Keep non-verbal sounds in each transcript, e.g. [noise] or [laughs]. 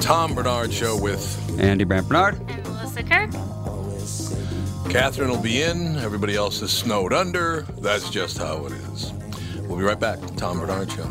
Tom Bernard Show with Andy Brant Bernard. And Melissa Kirk. Catherine will be in. Everybody else is snowed under. That's just how it is. We'll be right back. Tom Bernard Show.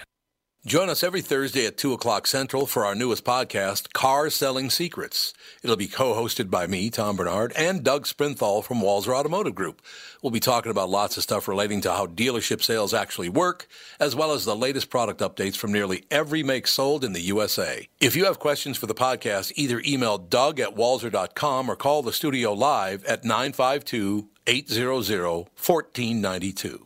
Join us every Thursday at 2 o'clock Central for our newest podcast, Car Selling Secrets. It'll be co hosted by me, Tom Bernard, and Doug Sprinthal from Walzer Automotive Group. We'll be talking about lots of stuff relating to how dealership sales actually work, as well as the latest product updates from nearly every make sold in the USA. If you have questions for the podcast, either email doug at walzer.com or call the studio live at 952 800 1492.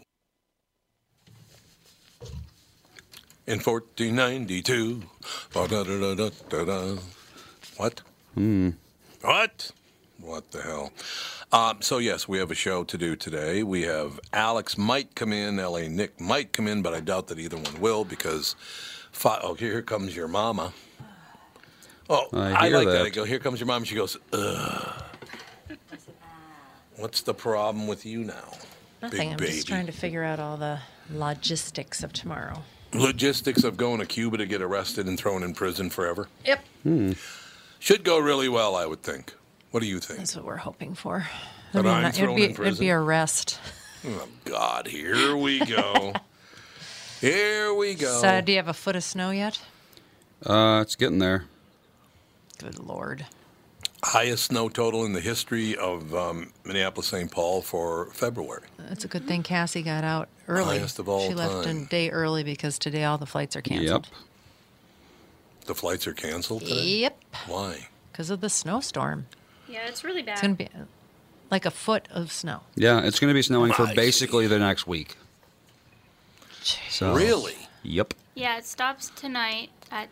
In 1492. Ba-da-da-da-da-da. What? Hmm. What? What the hell? Um, so, yes, we have a show to do today. We have Alex might come in, LA Nick might come in, but I doubt that either one will because. Fi- oh, here comes your mama. Oh, I, hear like that. that. I go, here comes your mom. She goes, ugh. What's the problem with you now? Nothing. I'm Big baby. just trying to figure out all the logistics of tomorrow. Logistics of going to Cuba to get arrested and thrown in prison forever. Yep. Should go really well, I would think. What do you think? That's what we're hoping for. But I'm not- thrown it'd, be, in it'd prison. be a rest. Oh, God, here we [laughs] go. here we go. So, do you have a foot of snow yet? Uh, it's getting there. Good lord. Highest snow total in the history of um, Minneapolis St. Paul for February. That's a good thing Cassie got out early. Highest of all she left time. a day early because today all the flights are canceled. The flights are canceled today. Yep. Why? Because of the snowstorm. Yeah, it's really bad. It's going to be uh, like a foot of snow. Yeah, it's going to be snowing for I see. basically the next week. So, Really? Yep. yeah, it stops tonight at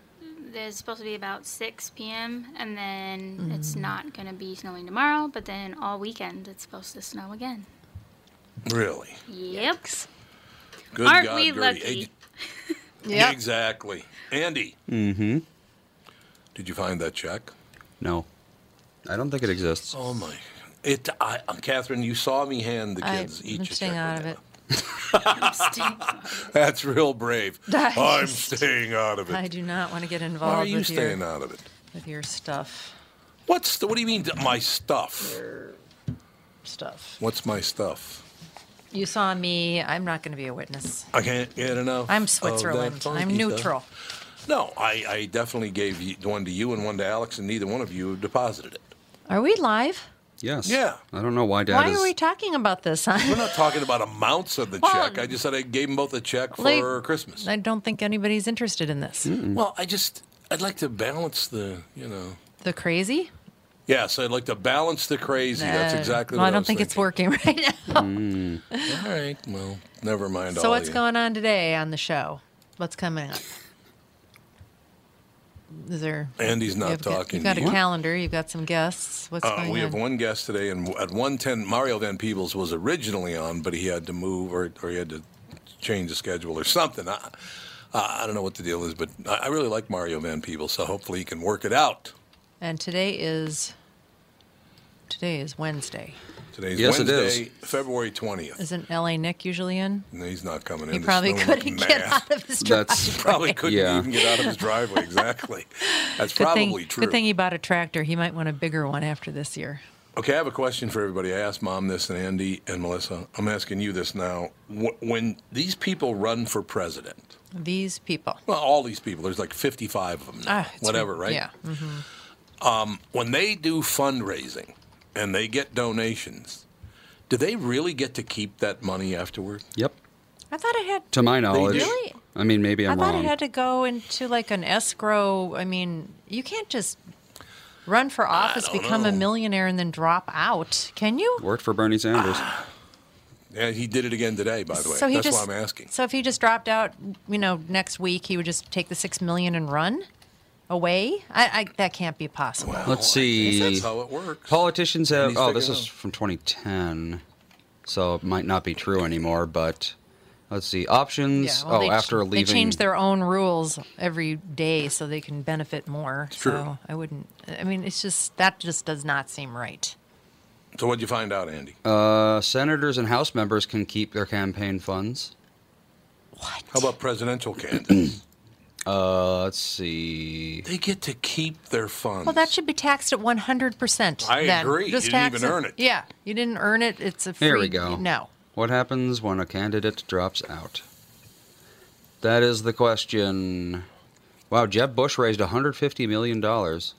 there's supposed to be about 6 p.m. and then Mm. it's not going to be snowing tomorrow, but then all weekend it's supposed to snow again. Really? Yep. Good Aren't God, we Gertie. lucky? Ag- Exactly. Andy. Mm-hmm. Did you find that check? No. I don't think it exists. Oh, my. It, I, Catherine, you saw me hand the I- kids each I'm a staying check. out with that. of it. That's real [laughs] brave. That I'm is- staying out of it. I do not want to get Why involved are you with, staying your, out of it? with your stuff. What's the, what do you mean my stuff? Stuff. What's my stuff? You saw me. I'm not going to be a witness. I can't get enough. I'm of that Switzerland. I'm funky stuff. neutral. No, I, I definitely gave you- one to you and one to Alex, and neither one of you deposited it. Are we live? Yes. Yeah. I don't know why Dad Why is. are we talking about this? [laughs] Huh? We're not talking about amounts of the Well, check. I just said I gave them both a check for Like, Christmas. I don't think anybody's interested in this. well, I just I'd like to balance the you know. The crazy? Yes, I'd like to balance the crazy. That's Uh, exactly. Well, what I don't was think it's thinking. working [laughs] right All now. right. Well, never mind. so all what's you. going on today on the show? What's coming up? Is there? Andy's not you've got- talking You've got to a you. calendar. You've got some guests. What's Uh, going we on? have one guest today, and at one ten, Mario Van Peebles was originally on, but he had to move or or he had to change the schedule or something. I, I I don't know what the deal is, but I, I really like Mario Van Peebles, so hopefully he can work it out. And today is today is Wednesday. Today's Yes, it Wednesday, is. February twentieth. Isn't LA Nick usually in? No, he's not coming in. He It's probably snowing [laughs] couldn't like get mad. out of his [laughs] driveway. That's- Probably couldn't Yeah. even get out of his [laughs] driveway. Exactly. That's Good probably thing, true. Good thing he bought a tractor. He might want a bigger one after this year. Okay, I have a question for everybody. I asked Mom this and Andy and Melissa. I'm asking you this now. Wh- When these people run for president, These people. well, all these people, there's like 55 of them now, Ah, it's re- whatever, right? Um, Yeah. mm-hmm. When they do fundraising and they get donations, do they really get to keep that money afterward? Yep. I thought it had. To my knowledge. Really? I mean, maybe I I'm thought wrong. it had to go into like an escrow. I mean, you can't just run for office, don't become a know. millionaire, and then drop out. Can you? Worked for Bernie Sanders. Ah, Yeah, he did it again today, by the way. That's why I'm asking. So if he just dropped out, you know, next week he would just take the six million and run away. I, I that can't be possible. Let's see. That's how it works. Politicians have. he's Oh, this figured it is out. from 2010, so it might not be true anymore. But let's see. Options. well, oh, they, after they leaving. change their own rules every day so they can benefit more. true. So I wouldn't. I mean, it's just that just does not seem right. So, what'd you find out, Andy? uh, senators and House members can keep their campaign funds. how about presidential candidates? Uh, let's see. they get to keep their funds. Well, that should be taxed at 100%. I then. agree. You Just didn't tax even earn it. Yeah. You didn't earn it. It's a free. Here we go. No. What happens when a candidate drops out? That is the question. Wow, Jeb Bush raised 150 million dollars.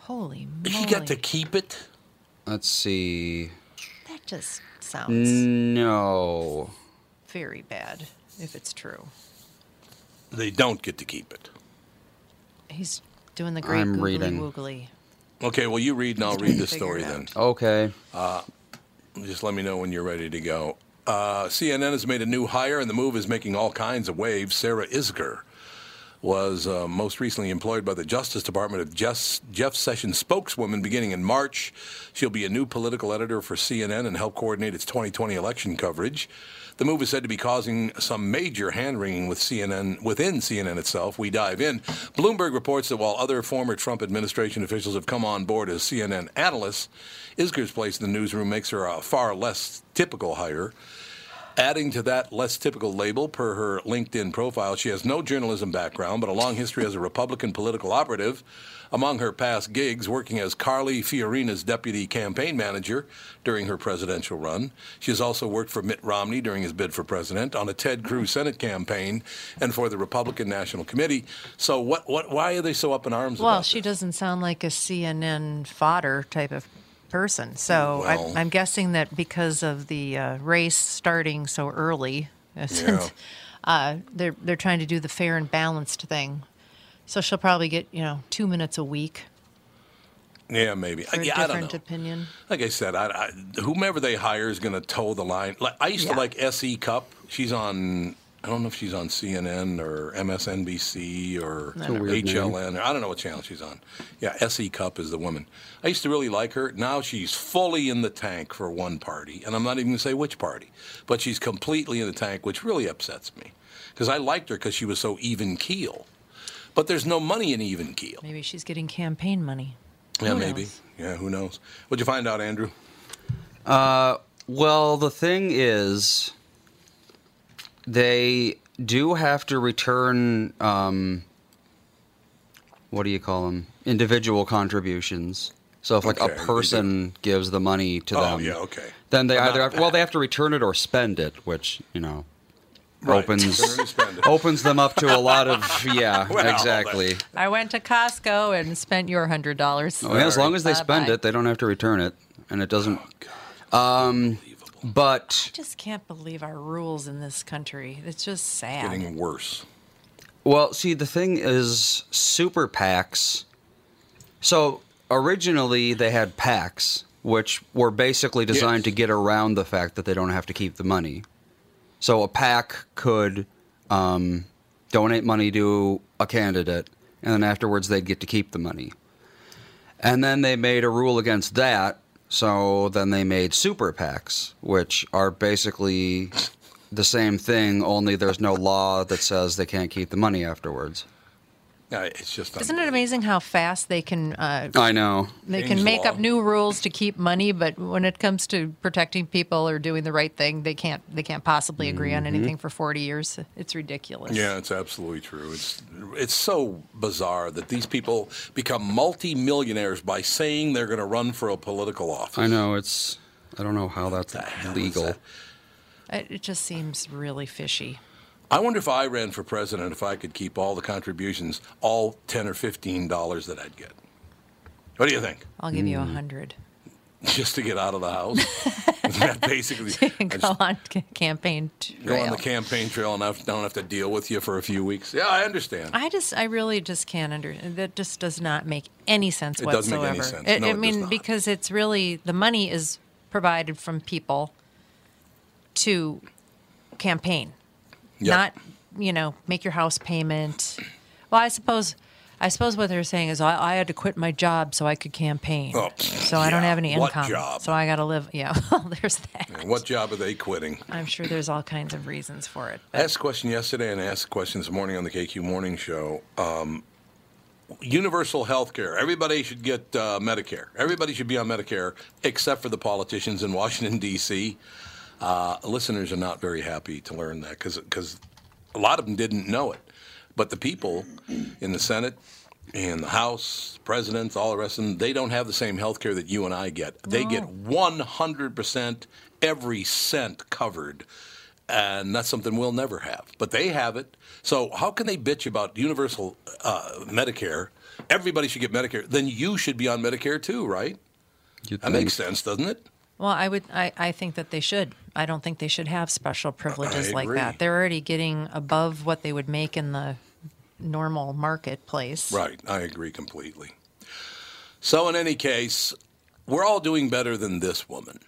Holy moly. he got to keep it. Let's see. That just sounds Mm. No. very bad if it's true. They don't get to keep it. He's doing the great I'm googly reading. woogly. Okay, well, you read and I'll read the figure story it then. Okay. Just let me know when you're ready to go. Uh, CNN has made a new hire, and the move is making all kinds of waves. Sarah Isger was uh, most recently employed by the Justice Department of Jeff, Jeff Sessions spokeswoman beginning in March. She'll be a new political editor for CNN and help coordinate its 2020 election coverage. The move is said to be causing some major hand wringing with CNN within CNN itself. We dive in. Bloomberg reports that while other former Trump administration officials have come on board as CNN analysts, Isger's place in the newsroom makes her a far less typical hire. Adding to that less typical label per her LinkedIn profile, she has no journalism background, but a long history as a Republican political operative. Among her past gigs, working as Carly Fiorina's deputy campaign manager during her presidential run. She has also worked for Mitt Romney during his bid for president, on a Ted Cruz Senate campaign, and for the Republican National Committee. So, what, what, why are they so up in arms about Well, she this? doesn't sound like a CNN fodder type of person. So Well. I, I'm guessing that because of the uh, race starting so early, [laughs] uh, since uh, they're they're trying to do the fair and balanced thing. So she'll probably get you know two minutes a week Yeah, maybe. for a yeah, I don't know. different opinion. Like I said, I, I, whomever they hire is going to toe the line. Like, I used to Yeah. like Se Cup. She's on. I don't know if she's on CNN or MSNBC or a weird name. HLN. Or, I don't know what channel she's on. Yeah, Se Cup is the woman. I used to really like her. Now she's fully in the tank for one party, and I'm not even going to say which party, but she's completely in the tank, which really upsets me because I liked her because she was so even keel. But there's no money in even keel. Maybe she's getting campaign money. Yeah, Who maybe. knows? Yeah, who knows? What'd you find out, Andrew? Well, the thing is, They do have to return. Um, what do you call them? Individual contributions. So if like Okay, they a do. person gives the money to Oh, them, yeah, okay. then they either have, well they have to return it or spend it, which you know Right. [laughs] Return and opens spend it. opens them up to a lot of [laughs] yeah Well, that's- exactly. I went to Costco and spent your hundred dollars. Oh, Well, as long as they spend Bye-bye. it, they don't have to return it, and it doesn't. Oh, Um, but just can't believe our rules in this country. It's just sad. Getting worse. well, see, the thing is, super PACs. So originally they had PACs, which were basically designed Yes. to get around the fact that they don't have to keep the money. So a PAC could um, donate money to a candidate, and then afterwards they'd get to keep the money. And then they made a rule against that. So then they made super PACs, which are basically the same thing, only there's no law that says they can't keep the money afterwards. Yeah, it's just Isn't it amazing how fast they can uh, I know. they Change can make law. up new rules to keep money, but when it comes to protecting people or doing the right thing, they can't they can't possibly agree on anything for forty years. It's ridiculous. Mm-hmm. Yeah, it's absolutely true. It's it's so bizarre that these people become multimillionaires by saying they're going to run for a political office. I know. It's. I don't know how that's hell is legal. that? It, it just seems really fishy. I wonder if I ran for president, if I could keep all the contributions, all ten or fifteen dollars that I'd get. What do you think? [laughs] I'll give you a Mm. hundred. [laughs] Just to get out of the house? Isn't that [laughs] basically? I just Go on c- campaign go on trail. the campaign trail and I don't have to deal with you for a few weeks. Yeah, I understand. I just, I really just can't under. That just does not make any sense It doesn't whatsoever. make any sense. I- No, it I does mean, not. because it's really the money is provided from people to campaign, Yeah. not you know make your house payment. Well, I suppose. I suppose what they're saying is I, I had to quit my job so I could campaign. Oh, so I don't yeah. have any What income. job? So I got to live. Yeah, [laughs] well, there's that. What job are they quitting? I'm sure there's all kinds of reasons for it. I asked a question yesterday and I asked a question this morning on the KQ Morning Show. Um, universal health care. Everybody should get uh, Medicare. Everybody should be on Medicare except for the politicians in Washington, D.C. Uh, listeners are not very happy to learn that because a lot of them didn't know it. But the people in the Senate, in the House, presidents, all the rest of them, they don't have the same health care that you and I get. They get 100% every cent covered. And that's something we'll never have. But they have it. So how can they bitch about universal uh, Medicare? Everybody should get Medicare. Then you should be on Medicare too, right? You'd That think. makes sense, doesn't it? Well, I would. I, I think that they should. I don't think they should have special privileges like agree. that. They're already getting above what they would make in the normal marketplace. Right. I agree completely. So, in any case, we're all doing better than this woman.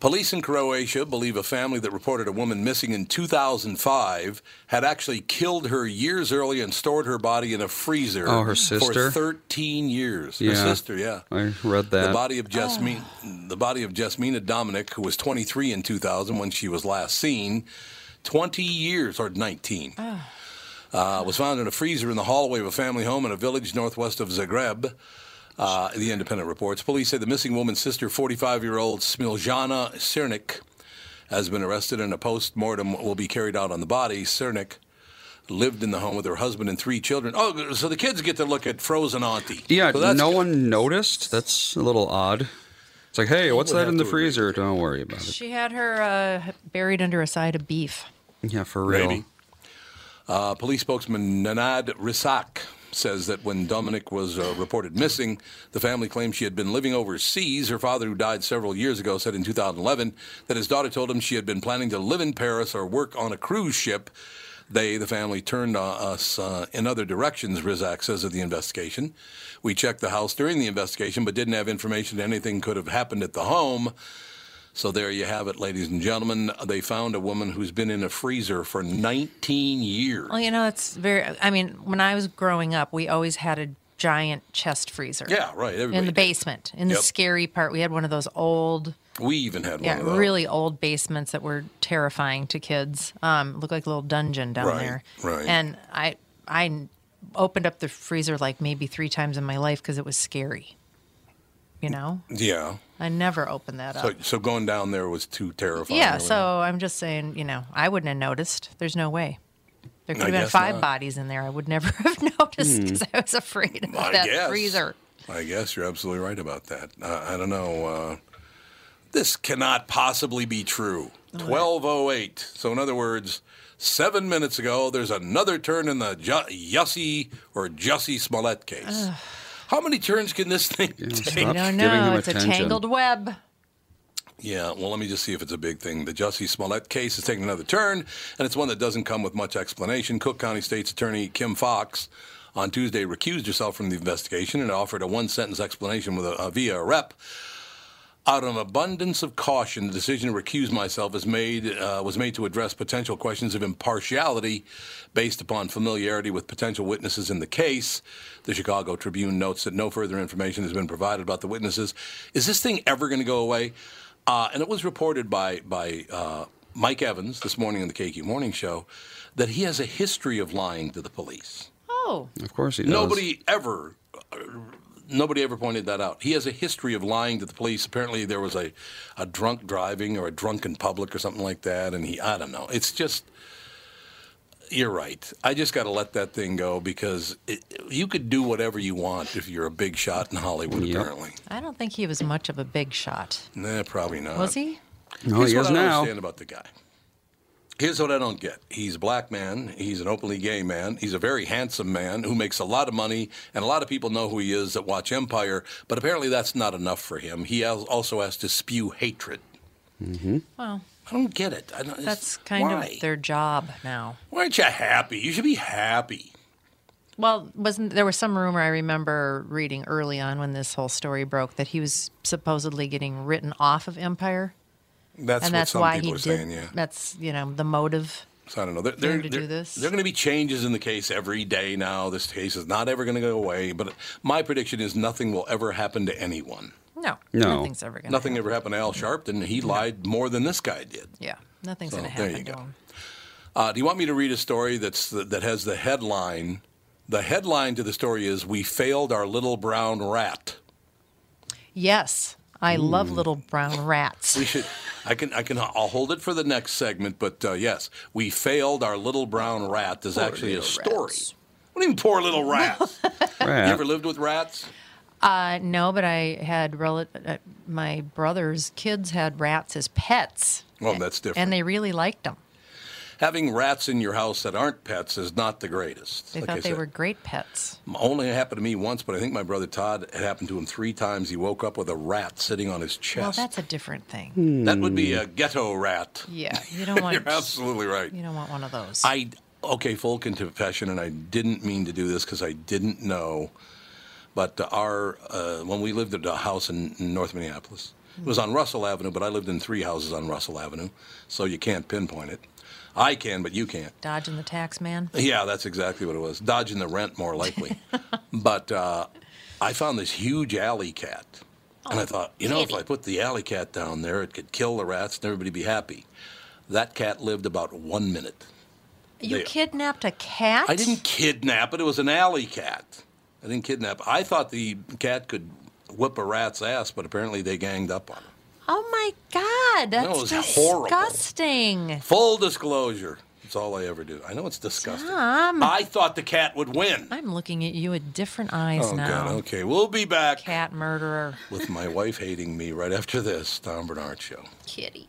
Police in Croatia believe a family that reported a woman missing in 2005 had actually killed her years earlier and stored her body in a freezer Oh, her for sister? 13 years. Her Yeah. sister, yeah. I read The that. body of Jasmine, the body of Jasmina Dominic, who was 23 in 2000 when she was last seen, 20 years or 19, uh, was found in a freezer in the hallway of a family home in a village northwest of Zagreb. Uh, the Independent reports. Police say the missing woman's sister, 45-year-old Smiljana Cernik, has been arrested, and a post-mortem will be carried out on the body. Cernik lived in the home with her husband and three children. Oh, so the kids get to look at Frozen Auntie. yeah, So that's no good. one noticed. That's a little odd. It's like, hey, what's would that have in the to agree with freezer? Don't worry about it. She had her uh, buried under a side of beef. Yeah, for real. Maybe. Uh, police spokesman Nanad Risak says that when Dominic was uh, reported missing, the family claimed she had been living overseas. Her father, who died several years ago, said in 2011 that his daughter told him she had been planning to live in Paris or work on a cruise ship. They, the family, turned on us uh, in other directions, Rizak says of the investigation. We checked the house during the investigation, but didn't have information that anything could have happened at the home. So there you have it, ladies and gentlemen. They found a woman who's been in a freezer for 19 years. Well, you know, it's very. I mean, when I was growing up, we always had a giant chest freezer. Yeah, right. Everybody in the did. basement, in Yep. the scary part, we had one of those old. We even had Yeah, one of those. really old basements that were terrifying to kids. Um, looked like a little dungeon down Right, there. right. And I, I opened up the freezer like maybe three times in my life because it was scary. You know, Yeah. I never open that So, up. so going down there was too terrifying. yeah, or whatever. so I'm just saying, you know, I wouldn't have noticed. There's no way. There could I have been guess five not. Hmm. bodies in there. I would never [laughs] have noticed because I was afraid of I that guess. freezer. I guess you're absolutely right about that. Uh, I don't know. Uh, this cannot possibly be true. 1208. So, in other words, seven minutes ago, there's another turn in the Ju- Yussie or Jussie Smollett case. How many turns can this thing take? stop I giving don't know. him It's attention. a tangled web. Yeah, well, let me just see if it's a big thing. The Jussie Smollett case is taking another turn, and it's one that doesn't come with much explanation. Cook County State's Attorney Kim Fox on Tuesday recused herself from the investigation and offered a one sentence explanation with a, a, via a rep. Out of an abundance of caution, the decision to recuse myself is made, uh, was made to address potential questions of impartiality based upon familiarity with potential witnesses in the case. The Chicago Tribune notes that no further information has been provided about the witnesses. Is this thing ever going to go away? Uh, and it was reported by, by uh, Mike Evans this morning on the KQ Morning Show that he has a history of lying to the police. Oh, Of course he does. Nobody ever, uh, nobody ever pointed that out. He has a history of lying to the police. Apparently, there was a, a drunk driving or a drunken public or something like that, and he, I don't know. It's just, you're right. I just got to let that thing go because it, you could do whatever you want if you're a big shot in Hollywood. Yep. Apparently, I don't think he was much of a big shot. nah, probably not. Was he? Here's No, Oh, he is what I don't now. understand about the guy. Here's what I don't get. He's a black man. He's an openly gay man. He's a very handsome man who makes a lot of money, and a lot of people know who he is that watch Empire. But apparently, that's not enough for him. He al- also has to spew hatred. Mm-hmm. Well, I don't get it. I don't, it's- that's kind why? of their job now. Why aren't you happy? You should be happy. Well, wasn't there was some rumor I remember reading early on when this whole story broke that he was supposedly getting written off of Empire, That's and what that's some why people he are did. saying. Yeah. That's you know the motive. So I don't know. They're, Learn they're, to they're, do this. they're going to be changes in the case every day now. This case is not ever going to go away. But my prediction is nothing will ever happen to anyone. No, No. nothing's ever gonna. Nothing happen. ever happened to Al Sharpton. He lied more than this guy did. Yeah, nothing's gonna there happen you to go. him. Uh, do you want me to read a story that's that has the headline? The headline to the story is "We failed our little brown rat." Yes, I love little brown rats. [laughs] We should. I can. I can. I'll hold it for the next segment. But uh, yes, we failed our little brown rat. Is actually a story. What do you mean, poor little [laughs] rats? you Rat. ever lived with rats? Uh, no, but I had rel- uh, my brother's kids had rats as pets, Well, that's different. and they really liked them. Having rats in your house that aren't pets is not the greatest. They Like I thought they said. were great pets. Only happened to me once, but I think my brother Todd it happened to him three times. He woke up with a rat sitting on his Well, chest. that's a different thing. that would be a ghetto rat. Yeah, you don't [laughs] want You're absolutely right. you don't want one of those. I okay, full confession, and I didn't mean to do this because I didn't know. But our uh, when we lived at a house in North Minneapolis, it was on Russell Avenue, but I lived in three houses on Russell Avenue, so you can't pinpoint it. I can, but you can't. Dodging the tax man. Yeah, that's exactly what it was. Dodging the rent, more [laughs] likely. but uh, I found this huge alley cat. Oh, And I thought, you know, if I put the alley cat down there, it could kill the rats and everybody be happy. That cat lived about one minute. You They- kidnapped a cat? I didn't kidnap it, it was an alley cat. I didn't kidnap I thought the cat could whip a rat's ass, but apparently they ganged up on him. Oh my god, that's it was horrible. disgusting. Full disclosure. That's all I ever do. I know it's disgusting. Tom. I thought the cat would win. I'm looking at you with different eyes Oh, now. God. Okay, we'll be back. Cat murderer, with my wife hating me right after this Tom Bernard show. kitty.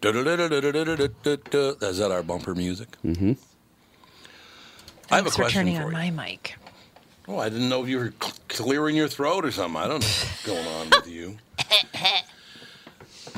Du-du-du-du-du-du-du-du-du. Is that our bumper music? Mm-hmm. I have a Thanks for question turning for on you. my mic. Oh, I didn't know if you were cl- clearing your throat or something. I don't know what's going on with you.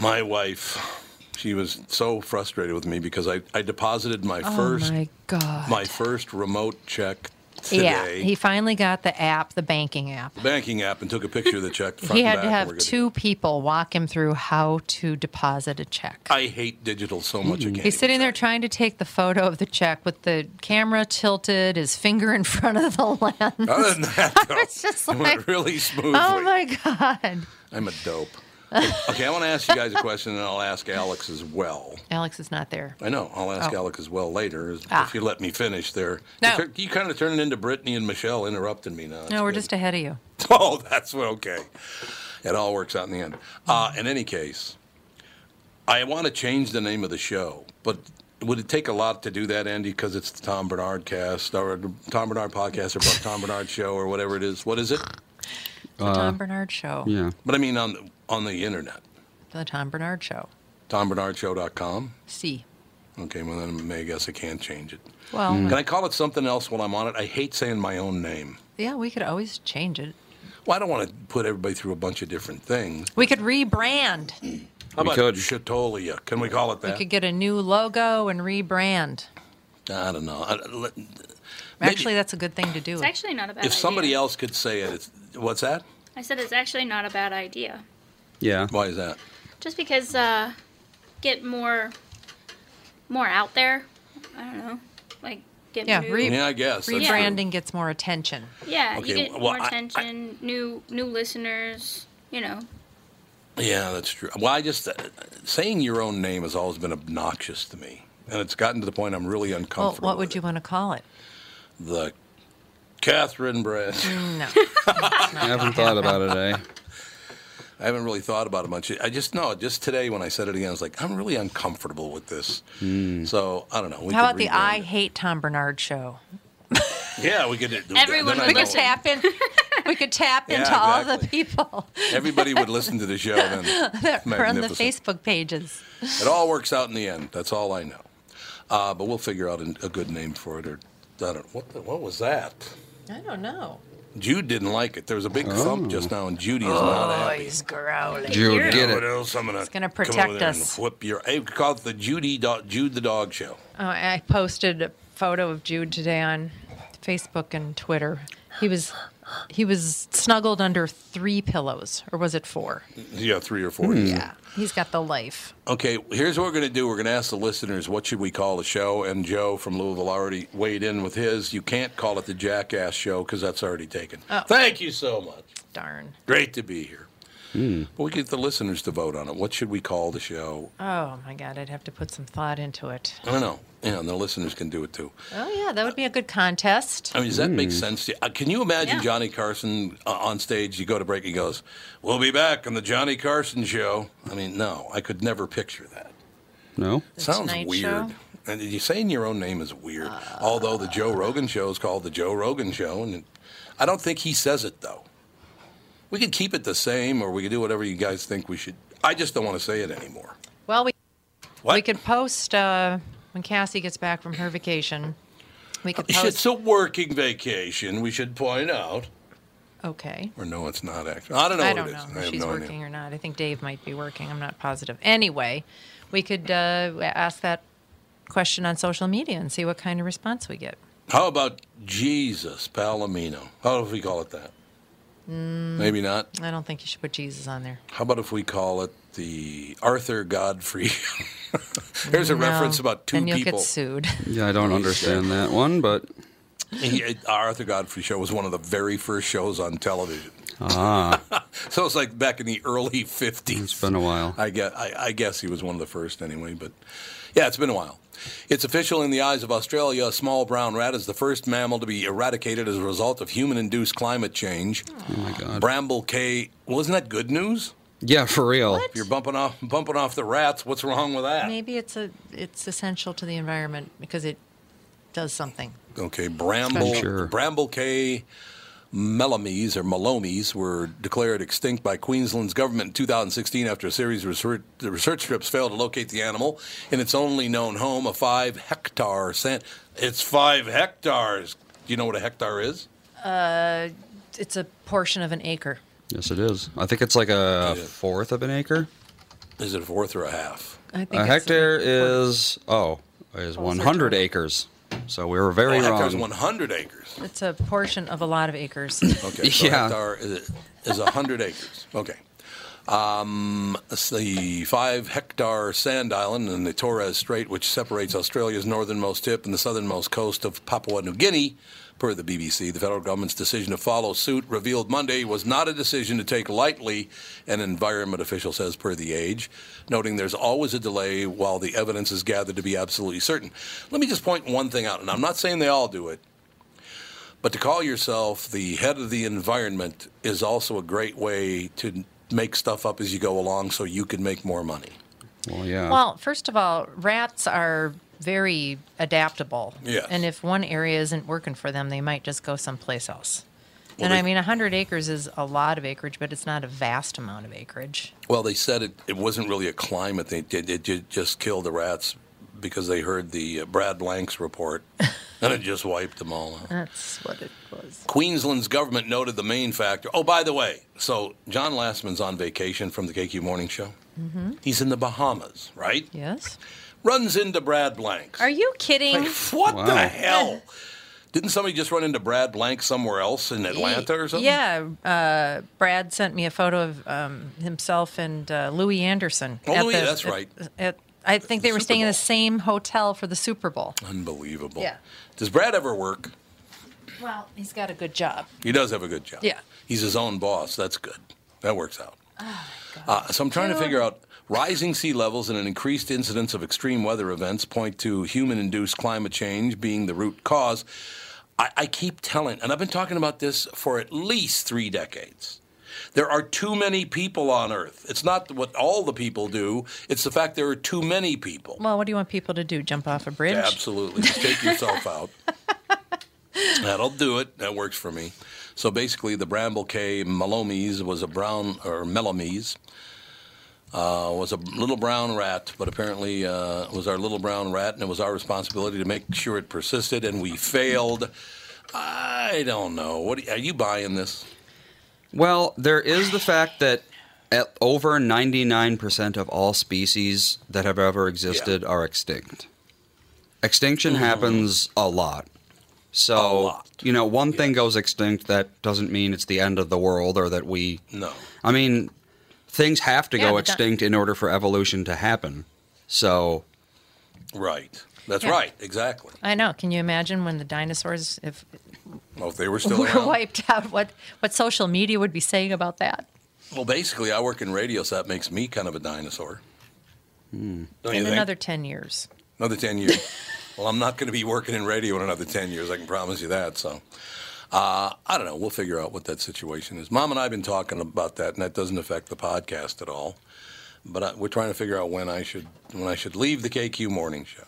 My wife, she was so frustrated with me because I, I deposited my first oh my god. my first remote check yeah, today. he finally got the app, the banking app. banking app and took a picture of the check. Front he and had back, to and we're have good to two people walk him through how to deposit a check. I hate digital so much. I can't He's sitting even- there trying to take the photo of the check with the camera tilted, his finger in [laughs] front of the lens. Other than that, though, It's just it went like, really smoothly. oh my god! I'm a dope. okay, I want to ask you guys a question, and I'll ask Alex as well. Alex is not there. I know. I'll ask Alex as well later is- Oh. Ah. if you let me finish there. No. You, kind of turned into Brittany and Michelle interrupting me now. It's No, we're good. [laughs] just ahead of you. Oh, that's what, okay. It all works out in the end. Uh, in any case, I want to change the name of the show, but would it take a lot to do that, Andy? Because it's the Tom Bernard cast or the Tom Bernard podcast or Buck Tom Bernard show or whatever it is. What is it? The Tom Bernard Show. Yeah. But I mean on the, on the internet, The Tom Bernard Show. tombernardshow.com. See. Okay, well then I guess I can't change it. Well, Can I call it something else while I'm on it? I hate saying my own name. yeah, we could always change it. Well, I don't want to put everybody through a bunch of different things. We could rebrand. How We about could. Chitolia? Can we call it We that? could get a new logo and rebrand. I don't know. I- let- Maybe- Actually, that's a good thing to do. It's actually not a bad idea. if somebody else could say it, it's, what's that? I said it's actually not a bad idea. Yeah. Why is that? Just because uh, get more more out there. I don't know. Like get Yeah, new- re- Yeah, I guess. that's true. Rebranding gets more attention. yeah, Okay, you get well, more I- I- attention, new new listeners, you know. Yeah, that's true. Well, I just uh, saying your own name has always been obnoxious to me, and it's gotten to the point I'm really Well, uncomfortable. what would with you want to call it? it. The Catherine Brad. [laughs] No. I haven't thought about it, [laughs] eh? I haven't really thought about it much. I just know just today when I said it again, I was like, I'm really uncomfortable with this. Hmm. So I don't know. We How could about the rebrand I it. Hate Tom Bernard Show? Yeah, we could. do that. Everyone Then I would We know. could tap in. We could [laughs] tap Yeah, into all the exactly. people [laughs] Everybody would listen to the show then. that are on the Magnificent. Facebook pages. It all works out in the end. That's all I know. Uh, but we'll figure out a, a good name for it. Or I don't. What the, What was that? I don't know. Jude didn't like it. There was a big Oh. thump just now, and Judy is not happy. He's growling. Jude, get What it. else? I'm gonna. It's Oh, gonna come over protect there us. And whip your. Hey, we call it the Judy dog, Jude the Dog Show. Oh, I posted a photo of Jude today on Facebook and Twitter. He was he was snuggled under three pillows, or was it four? Yeah, three or four. Hmm. Yeah, he's got the life. Okay, here's what we're going to do. We're going to ask the listeners what should we call the show, and Joe from Louisville already weighed in with his. You can't call it the Jackass Show because that's already taken. Thank you so much. Darn. Great to be here. But we get the listeners to vote on it. What should we call the show? Oh my God, I'd have to put some thought into it. I don't know. Yeah, and the listeners can do it too. Oh yeah, that would be a good contest. I mean, does that make sense to you? Uh, can you imagine Yeah. Johnny Carson uh, on stage? You go to break, he goes, We'll be back on the Johnny Carson show. I mean, no, I could never picture that. No. Sounds Tonight weird. Show? And you saying your own name is weird. Although the Joe Rogan show is called the Joe Rogan show, and it- I don't think he says it though. We could keep it the same, or we could do whatever you guys think we should. I just don't want to say it anymore. Well, we What? [laughs] we could post uh, when Cassie gets back from her Oh, vacation. We could post. It's a working vacation. We should point out. Okay. Or no, it's not actually. I don't know I what don't it is. know I if have she's no working idea. or not. I think Dave might be working. I'm not positive. Anyway, we could uh, ask that question on social media and see what kind of response we get. How about Jesus Palomino? How about if we call it that? Mm. Maybe not. I don't think you should put Jesus on there. How about if we call it the Arthur Godfrey? [laughs] There's a No, reference about two Oh, Then you'll people. [laughs] get sued. Yeah, I don't understand that one, but He- uh, Arthur Godfrey show was one of the very first shows on television. ah, [laughs] So it's like back in the early 50s. it's been a while. I guess, I, I guess he was one of the first anyway, but yeah, it's been a while. It's official in the eyes of Australia. A small brown rat is the first mammal to be eradicated as a result of human induced climate change. Oh my god. Bramble K. Wasn't that good news? Yeah, for real. If you're bumping off, bumping off the rats, what's wrong with that? Maybe it's a it's essential to the environment because it does something. Okay, Bramble, Sure. Bramble K. Melomies or Malomies were declared extinct by Queensland's government in 2016 after a series of research, the research trips failed to locate the animal in its only known home, a five hectare sand. It's five hectares. Do you know what a hectare is? It's a portion of an acre. Yes, it is. I think it's like a fourth of an acre. Is it a fourth or a half? I think A it's hectare is oh, is 100 acres. So we were very A hectare is wrong. 100 acres. It's a portion of a lot of [coughs] acres. Okay, so Yeah. hectare is, is 100 acres. Okay. Um, it's the five hectare sand island in the Torres Strait, which separates Australia's northernmost tip and the southernmost coast of Papua New Guinea, per the BBC. The federal government's decision to follow suit, revealed Monday, was not a decision to take lightly, an environment official says, per the age, noting there's always a delay while the evidence is gathered to be absolutely certain. Let me just point one thing out, and I'm not saying they all do it. But to call yourself the head of the environment is also a great way to make stuff up as you go along so you can make more money. Well, yeah. Well, first of all, rats are very adaptable. Yes. And if one area isn't working for them, they might just go someplace else. Well, and they- I mean, 100 acres is a lot of acreage, but it's not a vast amount of acreage. Well, they said it, it wasn't really a climate thing, it, it, ju- just killed the rats because they heard the uh, Brad Blanks [laughs] report and it just wiped them all out. That's what it was. Queensland's government noted the main factor. Oh, by the way, so John Lastman's on vacation from the KQ Morning Show. He's in the Bahamas, right? Yes. Runs into Brad Blanks. Are you kidding? Like, [laughs] what the Wow. hell? [laughs] Didn't somebody just run into Brad Blank somewhere else in Atlanta or something? Yeah. Uh, Brad sent me a photo of um, himself and uh, Louis Anderson. Oh, at Louis, the- that's at- right. at- I think they The were Super staying in the Bowl. same hotel for the Super Bowl. Unbelievable. Yeah. Does Brad ever work? Well, he's got a good job. He does have a good job. Yeah. He's his own boss. That's good. That works out. uh, so I'm trying to figure out rising sea levels and an increased incidence of extreme weather events point to human induced climate change being the root cause. I, I keep telling, and I've been talking about this for at least three decades. There are too many people on Earth. It's not what all the people do, it's the fact there are too many people. Well, what do you want people to do? Jump off a bridge? Absolutely. Just take yourself [laughs] out. That'll do it. That works for me. So basically, the Bramble K. Melomies was a brown, or Melomies, uh, was a little brown rat, but apparently uh, was our little brown rat, and it was our responsibility to make sure it persisted, and we failed. I don't know. What do- are you buying this? Well, there is the fact that at over 99% of all species that have ever existed are extinct. Extinction happens a lot. So, Mm-hmm. lot. you know, one thing goes extinct, that doesn't mean it's the end of the world or that we. No. I mean, things have to Yeah, go but that- extinct in order for evolution to happen. So, Right. That's Yeah. right. Exactly. I know. Can you imagine when the dinosaurs if Well, if they were still [laughs] were around. wiped out? What what social media would be saying about that? Well, basically, I work in radio, so that makes me kind of a dinosaur. Don't you In think? another ten years. Another 10 years. well, I'm not going to be working in radio in another 10 years. I can promise you that. So uh, I don't know. We'll figure out what that situation is. Mom and I have been talking about that, and that doesn't affect the podcast at all. But I, we're trying to figure out when I should when I should leave the KQ morning show.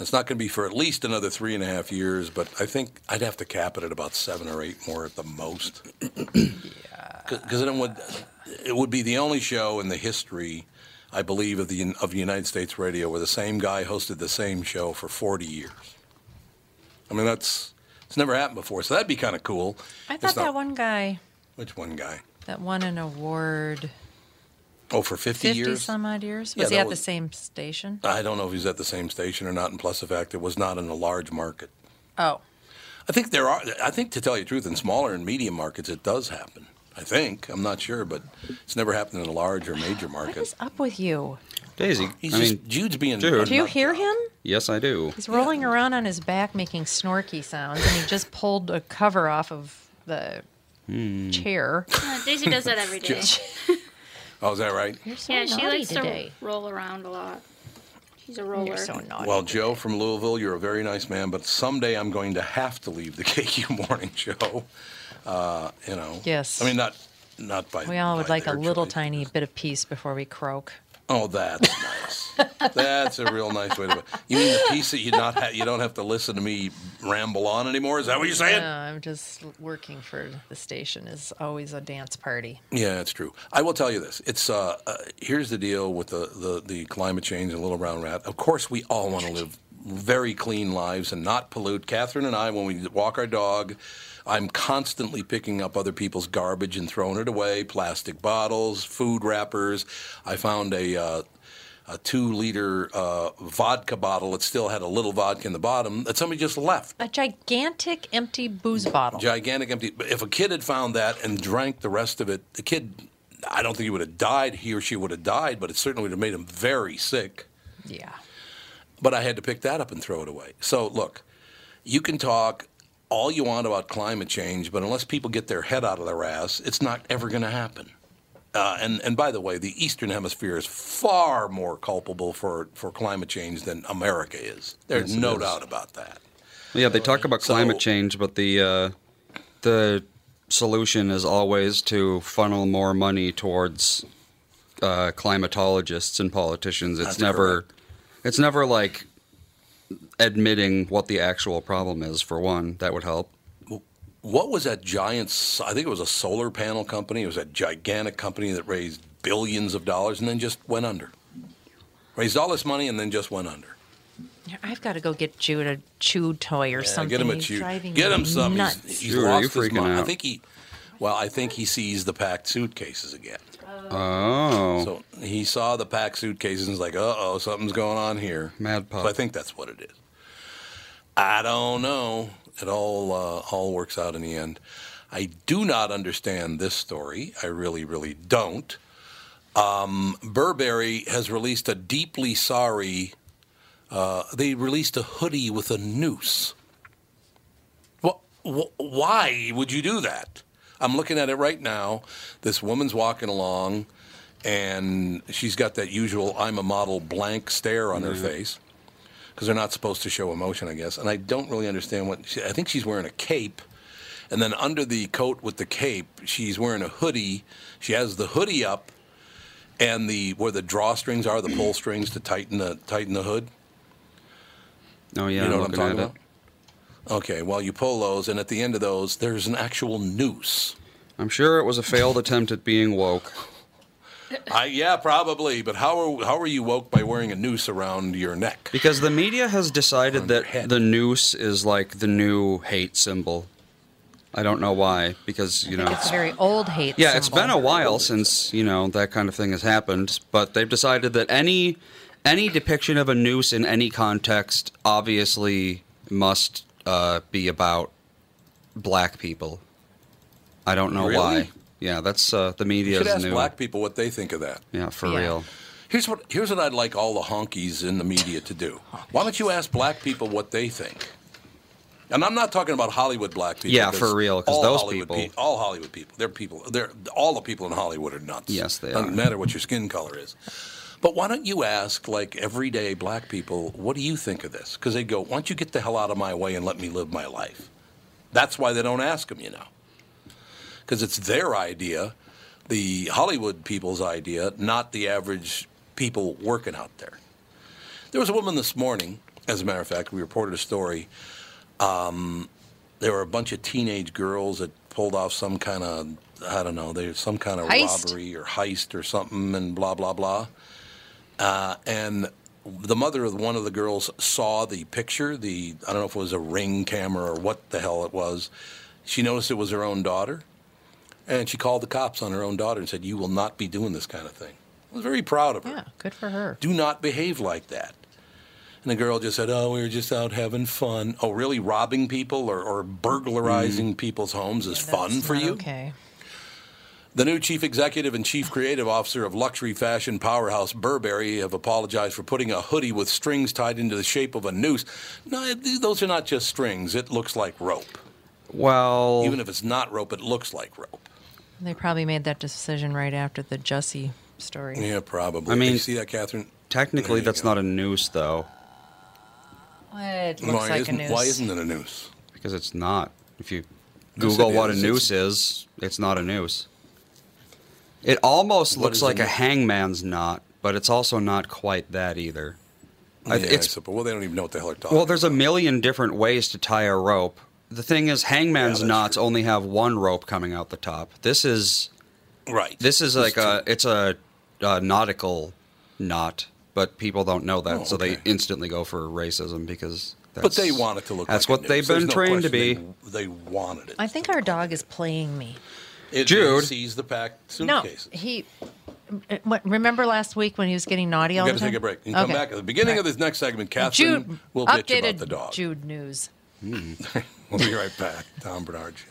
It's not going to be for at least another three and a half years, but I think I'd have to cap it at about seven or eight more at the most. Because it would it would be the only show in the history, I believe, of the of United States radio where the same guy hosted the same show for 40 years. I mean, that's It's never happened before, so that'd be kind of cool. I It's thought that not- one guy Which one guy? that won an award Oh, for 50, 50 years? some odd years Yeah, was he that at the was- same station? I don't know if he's at the same station or not, and plus the fact it was not in a large market. Oh, I think there are. I think to tell you the truth, in smaller and medium markets, it does happen. I think I'm not sure, but it's never happened in a large or major what market. is up with you? Daisy. He's I just mean, Jude's being. dude. um, Do you hear him? yes, I do. He's rolling around on his back making snorky sounds, and he just pulled a cover off of the Hmm. [laughs] chair. Uh, Daisy does that every day. Oh, is that right? You're so yeah, naughty she likes today. to roll around a lot. She's a roller. You're so naughty. Well, Joe from Louisville, you're a very nice man, but someday I'm going to have to leave the [laughs] KQ morning show. Uh, you know. Yes. I mean, not not by. we all would by like a their little choice. tiny bit of peace before we croak. Oh, that's nice. that's a real nice way to. put it. You mean the piece that you not ha- you don't have to listen to me ramble on anymore? Is that what you're saying? No, I'm just working for the station is always a dance party. Yeah, it's true. I will tell you this. It's uh, uh, here's the deal with the, the, the climate change and little brown rat. Of course, we all want to live very clean lives and not pollute. Catherine and I, when we walk our dog, I'm constantly picking up other people's garbage and throwing it away. Plastic bottles, food wrappers. I found a. Uh, a two-liter uh, vodka bottle that still had a little vodka in the bottom that somebody just left. A gigantic empty booze bottle. Gigantic empty. But if a kid had found that and drank the rest of it, the kid, I don't think he would have died. He or she would have died, but it certainly would have made him very sick. yeah. But I had to pick that up and throw it away. So look, you can talk all you want about climate change, but unless people get their head out of their ass, it's not ever going to happen. Uh, and and by the way, the Eastern Hemisphere is far more culpable for, for climate change than America is. There's Yes, it no is. doubt about that. Yeah, they talk about So- climate change, but the uh, the solution is always to funnel more money towards uh, climatologists and politicians. It's That's never it's never like admitting what the actual problem is. For one, that would help. what was that giant? s- I think it was a solar panel company. It was that gigantic company that raised billions of dollars and then just went under. Raised all this money and then just went under. Yeah, I've got to go get Jude a chew toy or Yeah, something. get him a He's chew. driving Get me him something. Nuts. He's, he's Dude, are you lost his freaking mind. I out? think he. Well, I think he sees the packed suitcases again. Oh, So he saw the packed suitcases and was like, "Uh oh, something's going on here." Mad pup. So I think that's what it is. I don't know. It all uh, all works out in the end. I do not understand this story. I really, really don't. Um, Burberry has released a deeply sorry. Uh, they released a hoodie with a noose. Wha wh- why would you do that? I'm looking at it right now. This woman's walking along, and she's got that usual "I'm a model" blank stare on her face because they're not supposed to show emotion, I guess. And I don't really understand what. She, I think she's wearing a cape, and then under the coat with the cape, she's wearing a hoodie. She has the hoodie up, and the where the drawstrings are, the pull strings to tighten the tighten the hood. oh yeah, You know I'm what I'm looking talking at about? it. Okay, well, you pull those, and at the end of those, there's an actual noose. I'm sure it was a failed attempt at being woke. I, yeah, probably, but how are, how are you woke by wearing a noose around your neck? Because the media has decided their that head. the noose is like the new hate symbol. I don't know why, because you know, It's a very old hate. yeah, it's been symbol. a while since you know that kind of thing has happened. But they've decided that any any depiction of a noose in any context obviously must uh, be about black people. I don't know Really? why. Yeah, that's uh, the You should media's ask new. black people what they think of that. Yeah, for Yeah. real. Here's what here's what I'd like all the honkies in the media to do. Why don't you ask black people what they think? And I'm not talking about Hollywood black people. Yeah, for real, 'cause all those Hollywood people- pe- all Hollywood people, they're people, they're all the people in Hollywood are nuts. Yes, they Doesn't are. matter what your skin color is. But why don't you ask like everyday black people, what do you think of this? Because they go, why don't you get the hell out of my way and let me live my life? That's why they don't ask them, you know, because it's their idea, the Hollywood people's idea, not the average people working out there. There was a woman this morning, as a matter of fact, we reported a story. Um, there were a bunch of teenage girls that pulled off some kind of, I don't know, they some kind of Heist. robbery or heist or something, and blah blah blah. Uh, and the mother of one of the girls saw the picture, the I don't know if it was a ring camera or what the hell it was. She noticed it was her own daughter, and she called the cops on her own daughter and said, "You will not be doing this kind of thing." I was very proud of her. Yeah, good for her. Do not behave like that. And the girl just said, "Oh, we were just out having fun." Oh, really? Robbing people or, or Mm. burglarizing people's homes is fun That's for not you? Okay. The new chief executive and chief creative officer of luxury fashion powerhouse Burberry have apologized for putting a hoodie with strings tied into the shape of a noose. No, th- those are not just strings. It looks like rope. Well, Even if it's not rope, it looks like rope. They probably made that decision right after the Jussie story. Yeah, probably. I mean- you see that, Catherine? technically, There you that's go. not a noose though, It looks Why, like a isn't, noose. why isn't it a noose? because it's not. If you Yes, Google it what a is. noose is, it's not a noose. It almost What looks is a like a noose? hangman's knot, but it's also not quite that either. I- yeah, it's I suppose. Well, they don't even know what the hell they're talking Well, there's a million different ways to tie a rope. The thing is, hangman's Yeah, that's knots true. only have one rope coming out the top. This is about. Right. this is There's like uh, a it's a, a nautical knot, but people don't know that, Oh, so they okay. instantly go for racism because. That's, But they want it to look That's like a what they've noose. There's been no trained to be. question They, they wanted it. I think our dog is playing me. It Jude. sees the packed No, suitcases. he. What, remember last week when he was getting naughty all We've the got to time? take a break. You okay. come back at the beginning of this next segment. Catherine Jude, will bitch updated about the dog. Jude news. We'll be right back. Tom Bernard Show.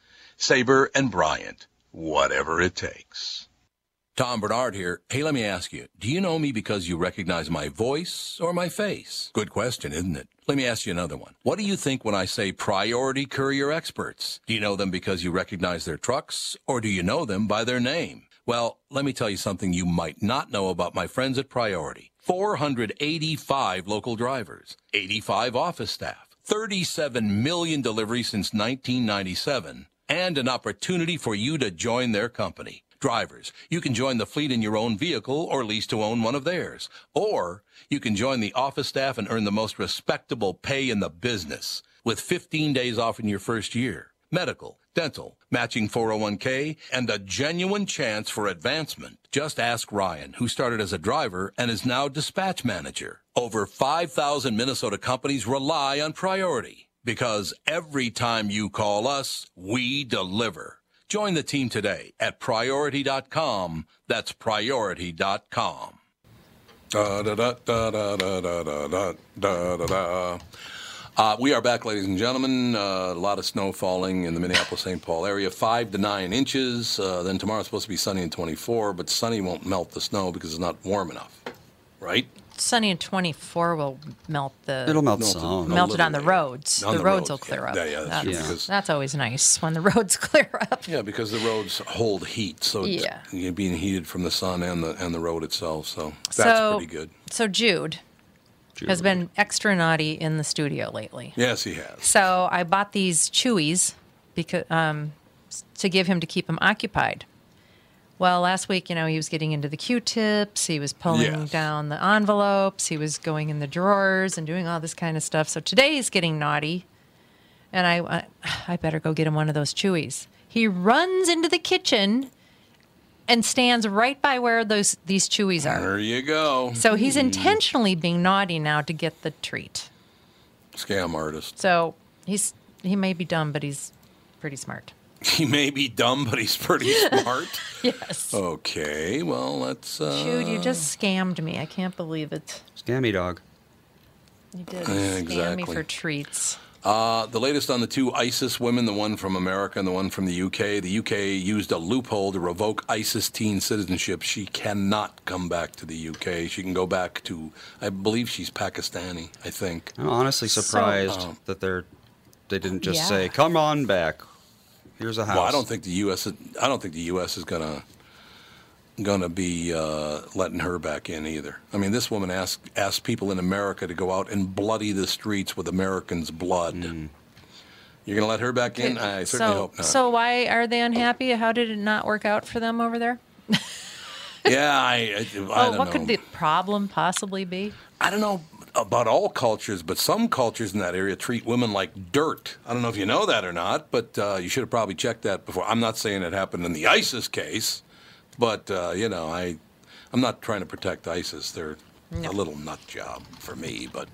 Sabre and Bryant, whatever it takes. Tom Bernard here. Hey, let me ask you do you know me because you recognize my voice or my face? Good question, isn't it? Let me ask you another one. What do you think when I say priority courier experts? Do you know them because you recognize their trucks or do you know them by their name? Well, let me tell you something you might not know about my friends at Priority 485 local drivers, 85 office staff. 37 million deliveries since 1997, and an opportunity for you to join their company. Drivers, you can join the fleet in your own vehicle or lease to own one of theirs. Or you can join the office staff and earn the most respectable pay in the business with 15 days off in your first year. Medical, dental, matching 401k, and a genuine chance for advancement. Just ask Ryan, who started as a driver and is now dispatch manager. Over 5,000 Minnesota companies rely on priority because every time you call us, we deliver. Join the team today at priority.com. That's priority.com. Da, da, da, da, da, da, da, da, da, da, da, da. Uh, we are back, ladies and gentlemen. Uh, a lot of snow falling in the Minneapolis St. Paul area, five to nine inches. Uh, then tomorrow's supposed to be sunny and 24, but sunny won't melt the snow because it's not warm enough, right? Sunny and 24 will melt the. It'll melt Melted. some. No. melt it on the later. roads. On the, the roads, will roads, yeah. clear up. Yeah, yeah, that's that's, true, because- that's always nice when the [laughs] roads clear up. Yeah, because the roads hold heat, so it's Yeah. you're being heated from the sun and the and the road itself. So that's so, pretty good. So Jude, has been extra naughty in the studio lately. Yes, he has. So I bought these Chewies because um, s- to give him to keep him occupied. Well, last week, you know, he was getting into the Q-tips. He was pulling Yes. down the envelopes. He was going in the drawers and doing all this kind of stuff. So today he's getting naughty, and I, I, [sighs] I better go get him one of those Chewies. He runs into the kitchen and stands right by where those these Chewies are. There you go, So he's intentionally being naughty now to get the treat. scam artist. [laughs] So he's he may be dumb, but he's pretty smart. He may be dumb, but he's [laughs] pretty smart. Yes. Oh. okay, well let's. Uh, Dude, you just scammed me. I can't believe it. Scammy dog. You did Yeah, scam me exactly. for treats. Uh, the latest on the two ISIS women, the one from America and the one from the UK. The UK used a loophole to revoke ISIS teen citizenship. She cannot come back to the UK. She can go back to, I believe she's Pakistani. I think. I'm honestly surprised um, that they're they didn't just Yeah. say, "Come on back, here's a house." Well, I don't think the U.S. is- I don't think the U.S. is going to going to be uh, letting her back in either. I mean, this woman asked asked people in America to go out and bloody the streets with Americans' blood. You're going to let her back in? I certainly so, hope not. so why are they unhappy? How did it not work out for them over there? yeah, I, I, I Oh, don't know. what could the problem possibly be? I don't know about all cultures, but some cultures in that area treat women like dirt. I don't know if you know that or not, but uh, you should have probably checked that before. I'm not saying it happened in the ISIS case, but uh, you know, I, I'm not trying to protect ISIS. They're a little nut job for me, but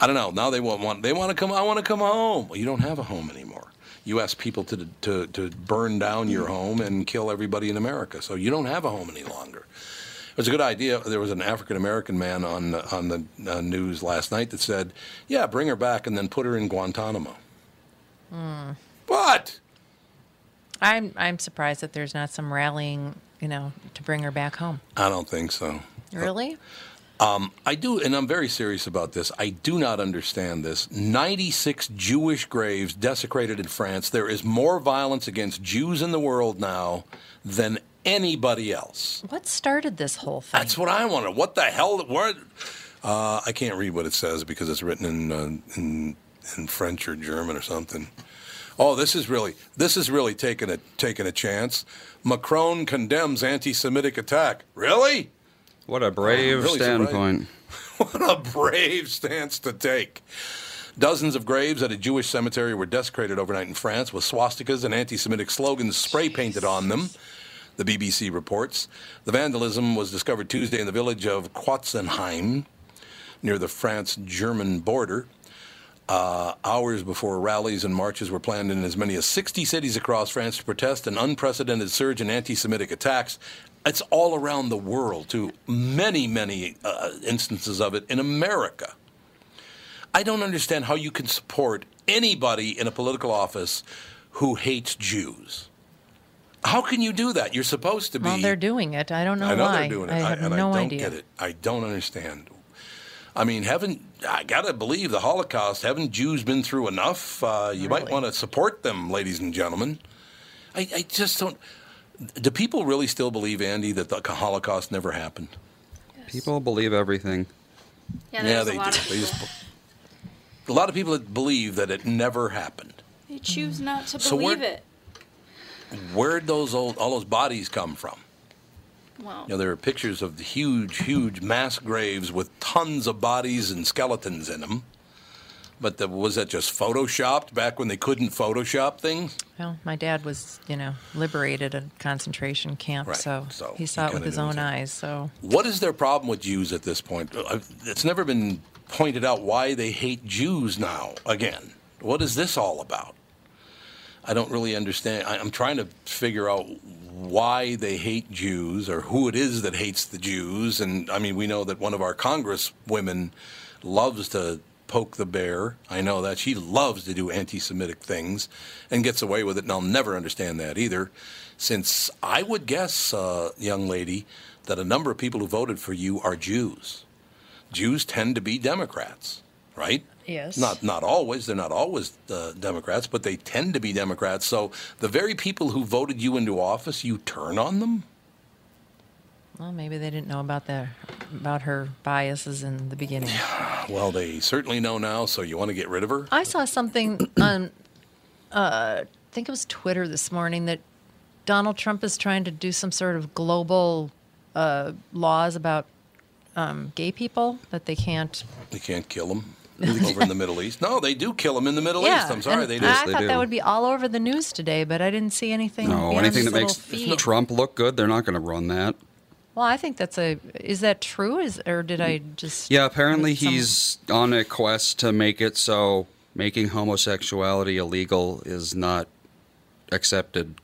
I don't know. Now they want want they want to come. I want to come home. Well, you don't have a home anymore. You ask people to, to to burn down your home and kill everybody in America, so you don't have a home any longer. It was a good idea. There was an African American man on the, on the uh, news last night that said, "Yeah, bring her back and then put her in Guantanamo." What? I'm I'm surprised that there's not some rallying, you know, to bring her back home. I don't think so. Really? I do, and I'm very serious about this. I do not understand this. 96 Jewish graves desecrated in France. There is more violence against Jews in the world now than anybody else. What started this whole thing? That's what I wanted. What the hell? What? Uh, I can't read what it says because it's written in, uh, in in French or German or something. Oh, this is really this is really taking a taking a chance. Macron condemns anti-Semitic attack. Really? [laughs] What a brave really surprised. standpoint. What a brave stance to take. Dozens of graves at a Jewish cemetery were desecrated overnight in France with swastikas and anti Semitic slogans spray painted on them, the BBC reports. The vandalism was discovered Tuesday in the village of Quatzenheim near the France German border. Uh, hours before rallies and marches were planned in as many as 60 cities across France to protest an unprecedented surge in anti Semitic attacks. It's all around the world, too. Many, many uh, instances of it in America. I don't understand how you can support anybody in a political office who hates Jews. How can you do that? You're supposed to be. well, they're doing it. I don't know, I know why. they're doing it. I have and no I don't idea. get it. I don't understand. I mean, haven't I gotta believe the Holocaust? Haven't Jews been through enough? Uh, you might want to support them, ladies and gentlemen. I, I just don't. Do people really still believe, Andy, that the Holocaust never happened? People believe everything. Yeah, there's they a lot do. of They people. [laughs] just be- a lot of people that believe that it never happened. They choose not to So we're- believe it. Where'd those old all those bodies come from? Well, You know, there are pictures of the huge, huge mass graves with tons of bodies and skeletons in them. But the, was that just photoshopped back when they couldn't Photoshop things? Well, my dad was, you know, liberated at a concentration camp, Right, so, so he you saw it kinda with his knew own that. eyes. So What is their problem with Jews at this point? Uh, It's never been pointed out why they hate Jews now again. What is this all about? I don't really understand. I, I'm trying to figure out why they hate Jews or who it is that hates the Jews. And I mean, we know that one of our congresswomen loves to poke the bear. I know that. She loves to do anti Semitic things and gets away with it. And I'll never understand that either, since I would guess, uh, young lady, that a number of people who voted for you are Jews. Jews tend to be Democrats, right? Yes. Not not always. They're not always uh, Democrats, but they tend to be Democrats. So the very people who voted you into office, you turn on them. well, maybe they didn't know about the about her biases in the beginning. Well, they certainly know now. So you want to get rid of her? I saw something [clears throat] on, uh, I think it was Twitter this morning that Donald Trump is trying to do some sort of global uh, laws about um, gay people that they can't. You can't kill [laughs] them over in the Middle East. No, they do kill them in the Middle East. I'm sorry, and they do. I they thought that do. would be all over the news today, but I didn't see anything. No, beyond anything this that makes little feed. Trump look good, they're not going to run that. Well, I think that's a. Is that true? Is or did I just? Yeah, apparently read some- he's on a quest to make it so making homosexuality illegal is not accepted.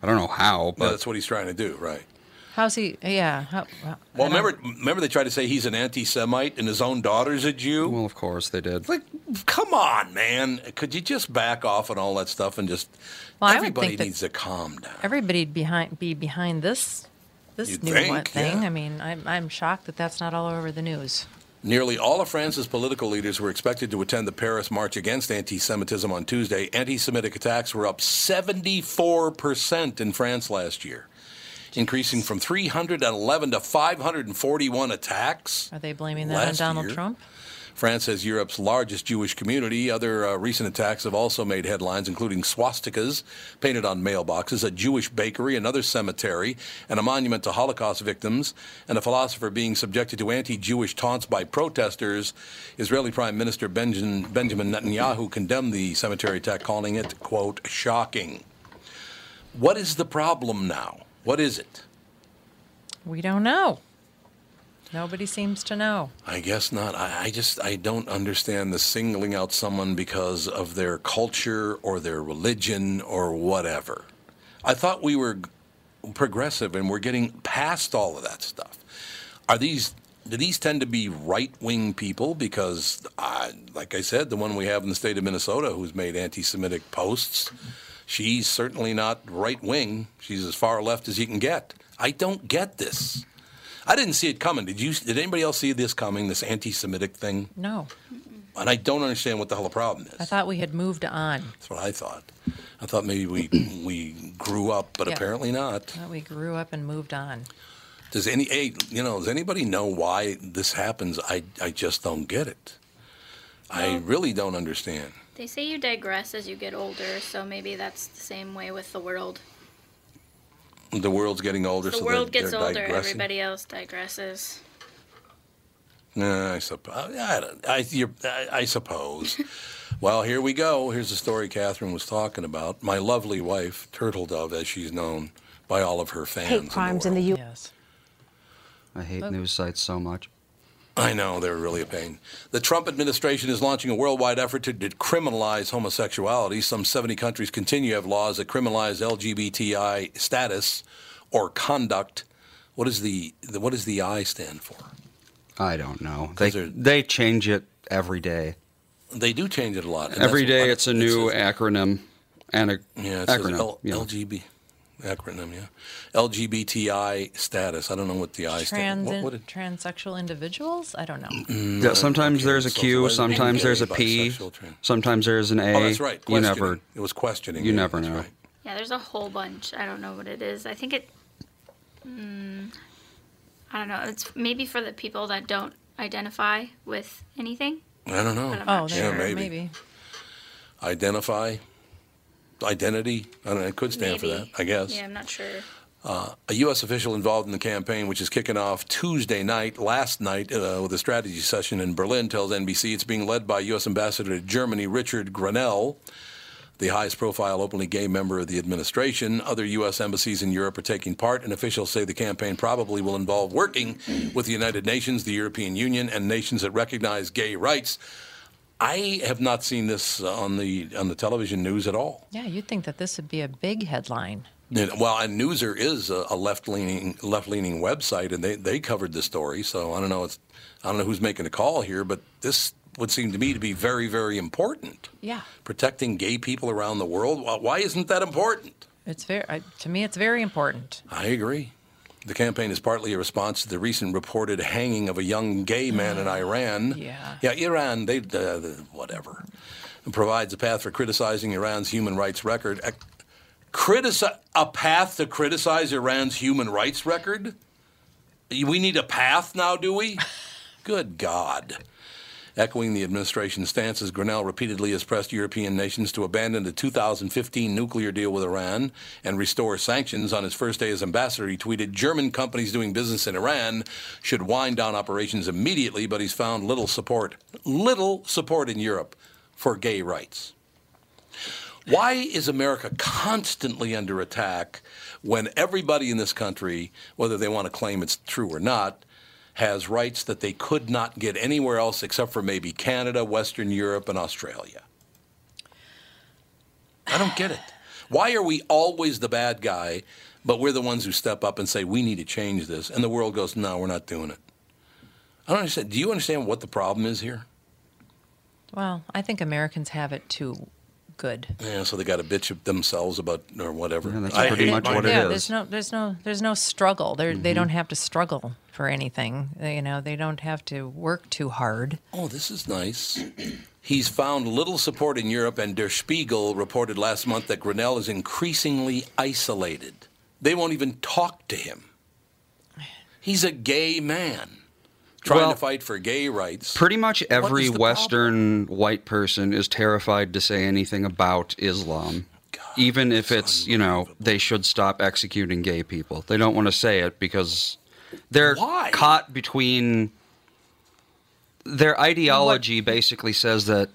I don't know how, No, but that's what he's trying to do, right? How's he? Yeah. How, how- Well, I don't- remember, remember they tried to say he's an anti-Semite and his own daughter's a Jew. well, of course they did. like, come on, man! Could you just back off and all that stuff and just? Well, I would everybody think that- needs to calm down. everybody'd behind be behind this this You'd new think, one thing. yeah. I mean, I'm I'm shocked that that's not all over the news. Nearly all of France's political leaders were expected to attend the Paris March Against Anti Semitism on Tuesday. Anti Semitic attacks were up 74% in France last year. increasing from 311 to 541 attacks. Are they blaming that on Last Donald year. Trump? France has Europe's largest Jewish community. Other uh, recent attacks have also made headlines, including swastikas painted on mailboxes, a Jewish bakery, another cemetery, and a monument to Holocaust victims, and a philosopher being subjected to anti Jewish taunts by protesters. Israeli Prime Minister Benjamin, Benjamin Netanyahu condemned the cemetery attack, calling it, quote, shocking. What is the problem now? What is it? We don't know. Nobody seems to know. I guess not. I, I just I don't understand the singling out someone because of their culture or their religion or whatever. I thought we were g- progressive and we're getting past all of that stuff. Are these do these tend to be right wing people? Because I, like I said, the one we have in the state of Minnesota who's made anti Semitic posts, she's certainly not right wing. She's as far left as you can get. I don't get this. I didn't see it coming. Did you? Did anybody else see this coming? This anti-Semitic thing, No. and I don't understand what the hell the problem is. I thought we had moved on. That's what I thought. I thought maybe [clears throat] we we grew up, but Yeah. apparently not. I thought we grew up and moved on. Does any hey, you know? Does anybody know why this happens? I I just don't get it. I really don't understand. They say you digress as you get older, so maybe that's the same way with the world. The world's getting older. The so world they're, gets they're older, digressing. everybody else digresses. Nah, I suppose. I, don't- I, you're, I, I suppose. well, here we go. Here's the story Catherine was talking about. My lovely wife, Turtle Dove, as she's known by all of her fans. in Hate the crimes in the U. Yes. I hate news sites so much. I know, they're really a pain. The Trump administration is launching a worldwide effort to decriminalize homosexuality. Some 70 countries continue to have laws that criminalize LGBTI status or conduct. What, is the, the, what does the I stand for? I don't know. They they're- they change it every day. They do change it a lot. and Every that's day what- it's a new says- acronym and a Yeah, it acronym. says L- yeah. LGB acronym. Yeah, LGBTI status. I don't know what the I stands. Trans What, what did, transsexual individuals? I don't know. Yeah, sometimes there's a so Q, it's like- sometimes there's a P, Bisexual trans- sometimes there's an A. oh, that's right. You Questioning. never It was questioning. you yeah, never that's know. right. Yeah, there's a whole bunch. I don't know what it is. I think it. mm, I don't know. It's maybe for the people that don't identify with anything. I don't know. But I'm not Oh, sure. there Yeah, maybe. maybe. Identify, identity. I don't know. It could stand for that. Maybe. I guess. Yeah, I'm not sure. A U.S. official involved in the campaign, which is kicking off Tuesday night, last night, uh, with a strategy session in Berlin, tells NBC it's being led by U.S. Ambassador to Germany Richard Grenell, the highest profile openly gay member of the administration. Other U.S. embassies in Europe are taking part, and officials say the campaign probably will involve working with the United Nations, the European Union, and nations that recognize gay rights. I have not seen this on the on the television news at all. Yeah, you'd think that this would be a big headline. Yeah, well, and Newser is a, a left-leaning left-leaning website, and they, they covered the story. So I don't know. It's, I don't know who's making the call here, but this would seem to me to be very, very important. Yeah. Protecting gay people around the world. Why, why isn't that important? It's very I, to me it's very important. I agree. The campaign is partly a response to the recent reported hanging of a young gay man in Iran. Yeah. Yeah, Iran, they, uh, whatever. It provides a path for criticizing Iran's human rights record. A, critici- a path to criticize Iran's human rights record? We need a path now, do we? Good God. Echoing the administration's stances, Grinnell repeatedly has pressed European nations to abandon the 2015 nuclear deal with Iran and restore sanctions. On his first day as ambassador, he tweeted German companies doing business in Iran should wind down operations immediately, but he's found little support, little support in Europe for gay rights. Why is America constantly under attack when everybody in this country, whether they want to claim it's true or not, has rights that they could not get anywhere else except for maybe Canada, Western Europe, and Australia? I don't get it. Why are we always the bad guy, but we're the ones who step up and say, we need to change this? And the world goes, no, we're not doing it. I don't understand. Do you understand what the problem is here? Well, I think Americans have it too good. Yeah, so they got to bitch at themselves about or whatever. Yeah, that's I pretty hate much my- what it yeah, is. there's no there's no there's no struggle. They're, They don't have to struggle for anything. They, you know, they don't have to work too hard. Oh, this is nice. [clears throat] He's found little support in Europe, and Der Spiegel reported last month that Grinnell is increasingly isolated They won't even talk to him. He's a gay man trying Well, to fight for gay rights. Pretty much every is the Western white person is terrified to say anything about Islam. Even if it's, you know, they should stop executing gay people. They don't want to say it because they're Why? caught between. Their ideology basically says that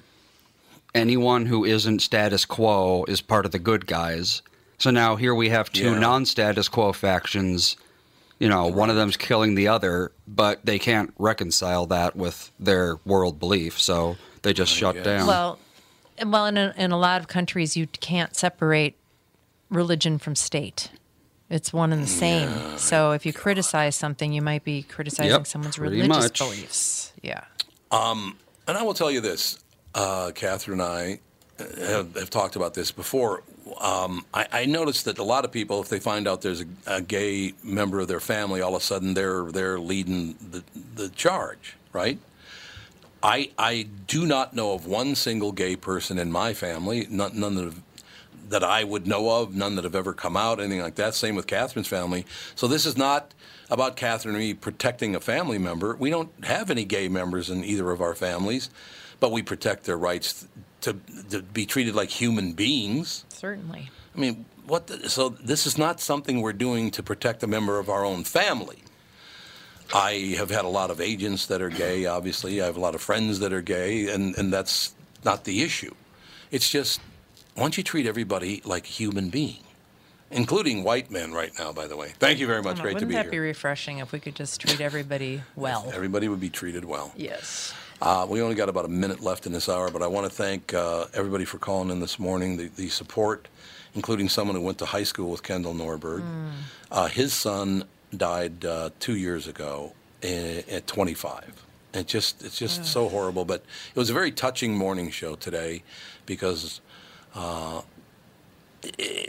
anyone who isn't status quo is part of the good guys. So now here we have two Yeah. non status quo factions. You know, one of them's killing the other, but they can't reconcile that with their world belief. So they just shut guess. down. Well, and- well, in a, in a lot of countries, you can't separate religion from state. It's one and the same. so if you criticize something, you might be criticizing Yep, someone's pretty religious much. beliefs. Yeah. And I will tell you this, uh, Catherine and I uh, have, have talked about this before. Um, I, I noticed that a lot of people, if they find out there's a, a gay member of their family, all of a sudden they're they're leading the, the charge, right? I I do not know of one single gay person in my family, none, none that have, that I would know of, none that have ever come out, anything like that. Same with Catherine's family. So this is not about Catherine and me protecting a family member. We don't have any gay members in either of our families, but we protect their rights to, to be treated like human beings. Certainly. I mean, what? The, so this is not something we're doing to protect a member of our own family. I have had a lot of agents that are gay. Obviously, I have a lot of friends that are gay, and, and that's not the issue. It's just why don't you treat everybody like a human being, including white men right now. By the way, thank you very much. Great Wouldn't to be that here. be refreshing if we could just treat everybody well? Everybody would be treated well. Yes. Uh, we only got about a minute left in this hour, but I want to thank uh, everybody for calling in this morning. The, the support, including someone who went to high school with Kendall Norberg. Uh, his son died uh, two years ago i- at 25. It just it's just so horrible. But it was a very touching morning show today because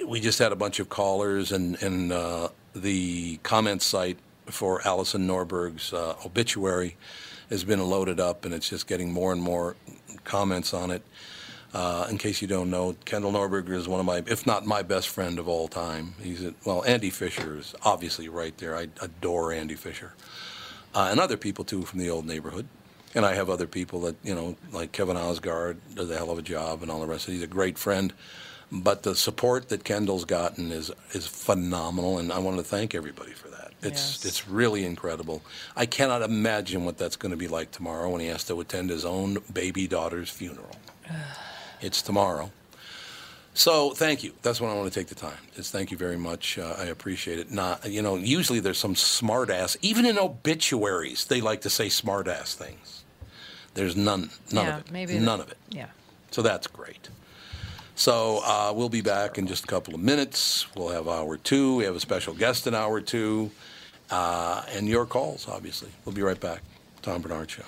we just had a bunch of callers and and uh, the comment site for Allison Norberg's uh, obituary has been loaded up and it's just getting more and more comments on it. Uh, in case you don't know, Kendall Norberg is one of my, if not my best friend of all time. He's a, well, Andy Fisher is obviously right there. I adore Andy Fisher uh, and other people too from the old neighborhood. And I have other people that you know, like Kevin Osgard, does a hell of a job, and all the rest. of it. He's a great friend, but the support that Kendall's gotten is is phenomenal, and I want to thank everybody for that. It's Yes. it's really incredible. I cannot imagine what that's going to be like tomorrow when he has to attend his own baby daughter's funeral. it's tomorrow. So thank you. That's what I want to take the time. Is thank you very much. Uh, I appreciate it. Not you know usually there's some smart ass. Even in obituaries, they like to say smart ass things. There's none none yeah, of it. maybe none that- of it. Yeah. So that's great. So uh, we'll be back in just a couple of minutes. We'll have hour two. We have a special guest in hour two, uh, and your calls obviously. We'll be right back. Tom Bernard Show.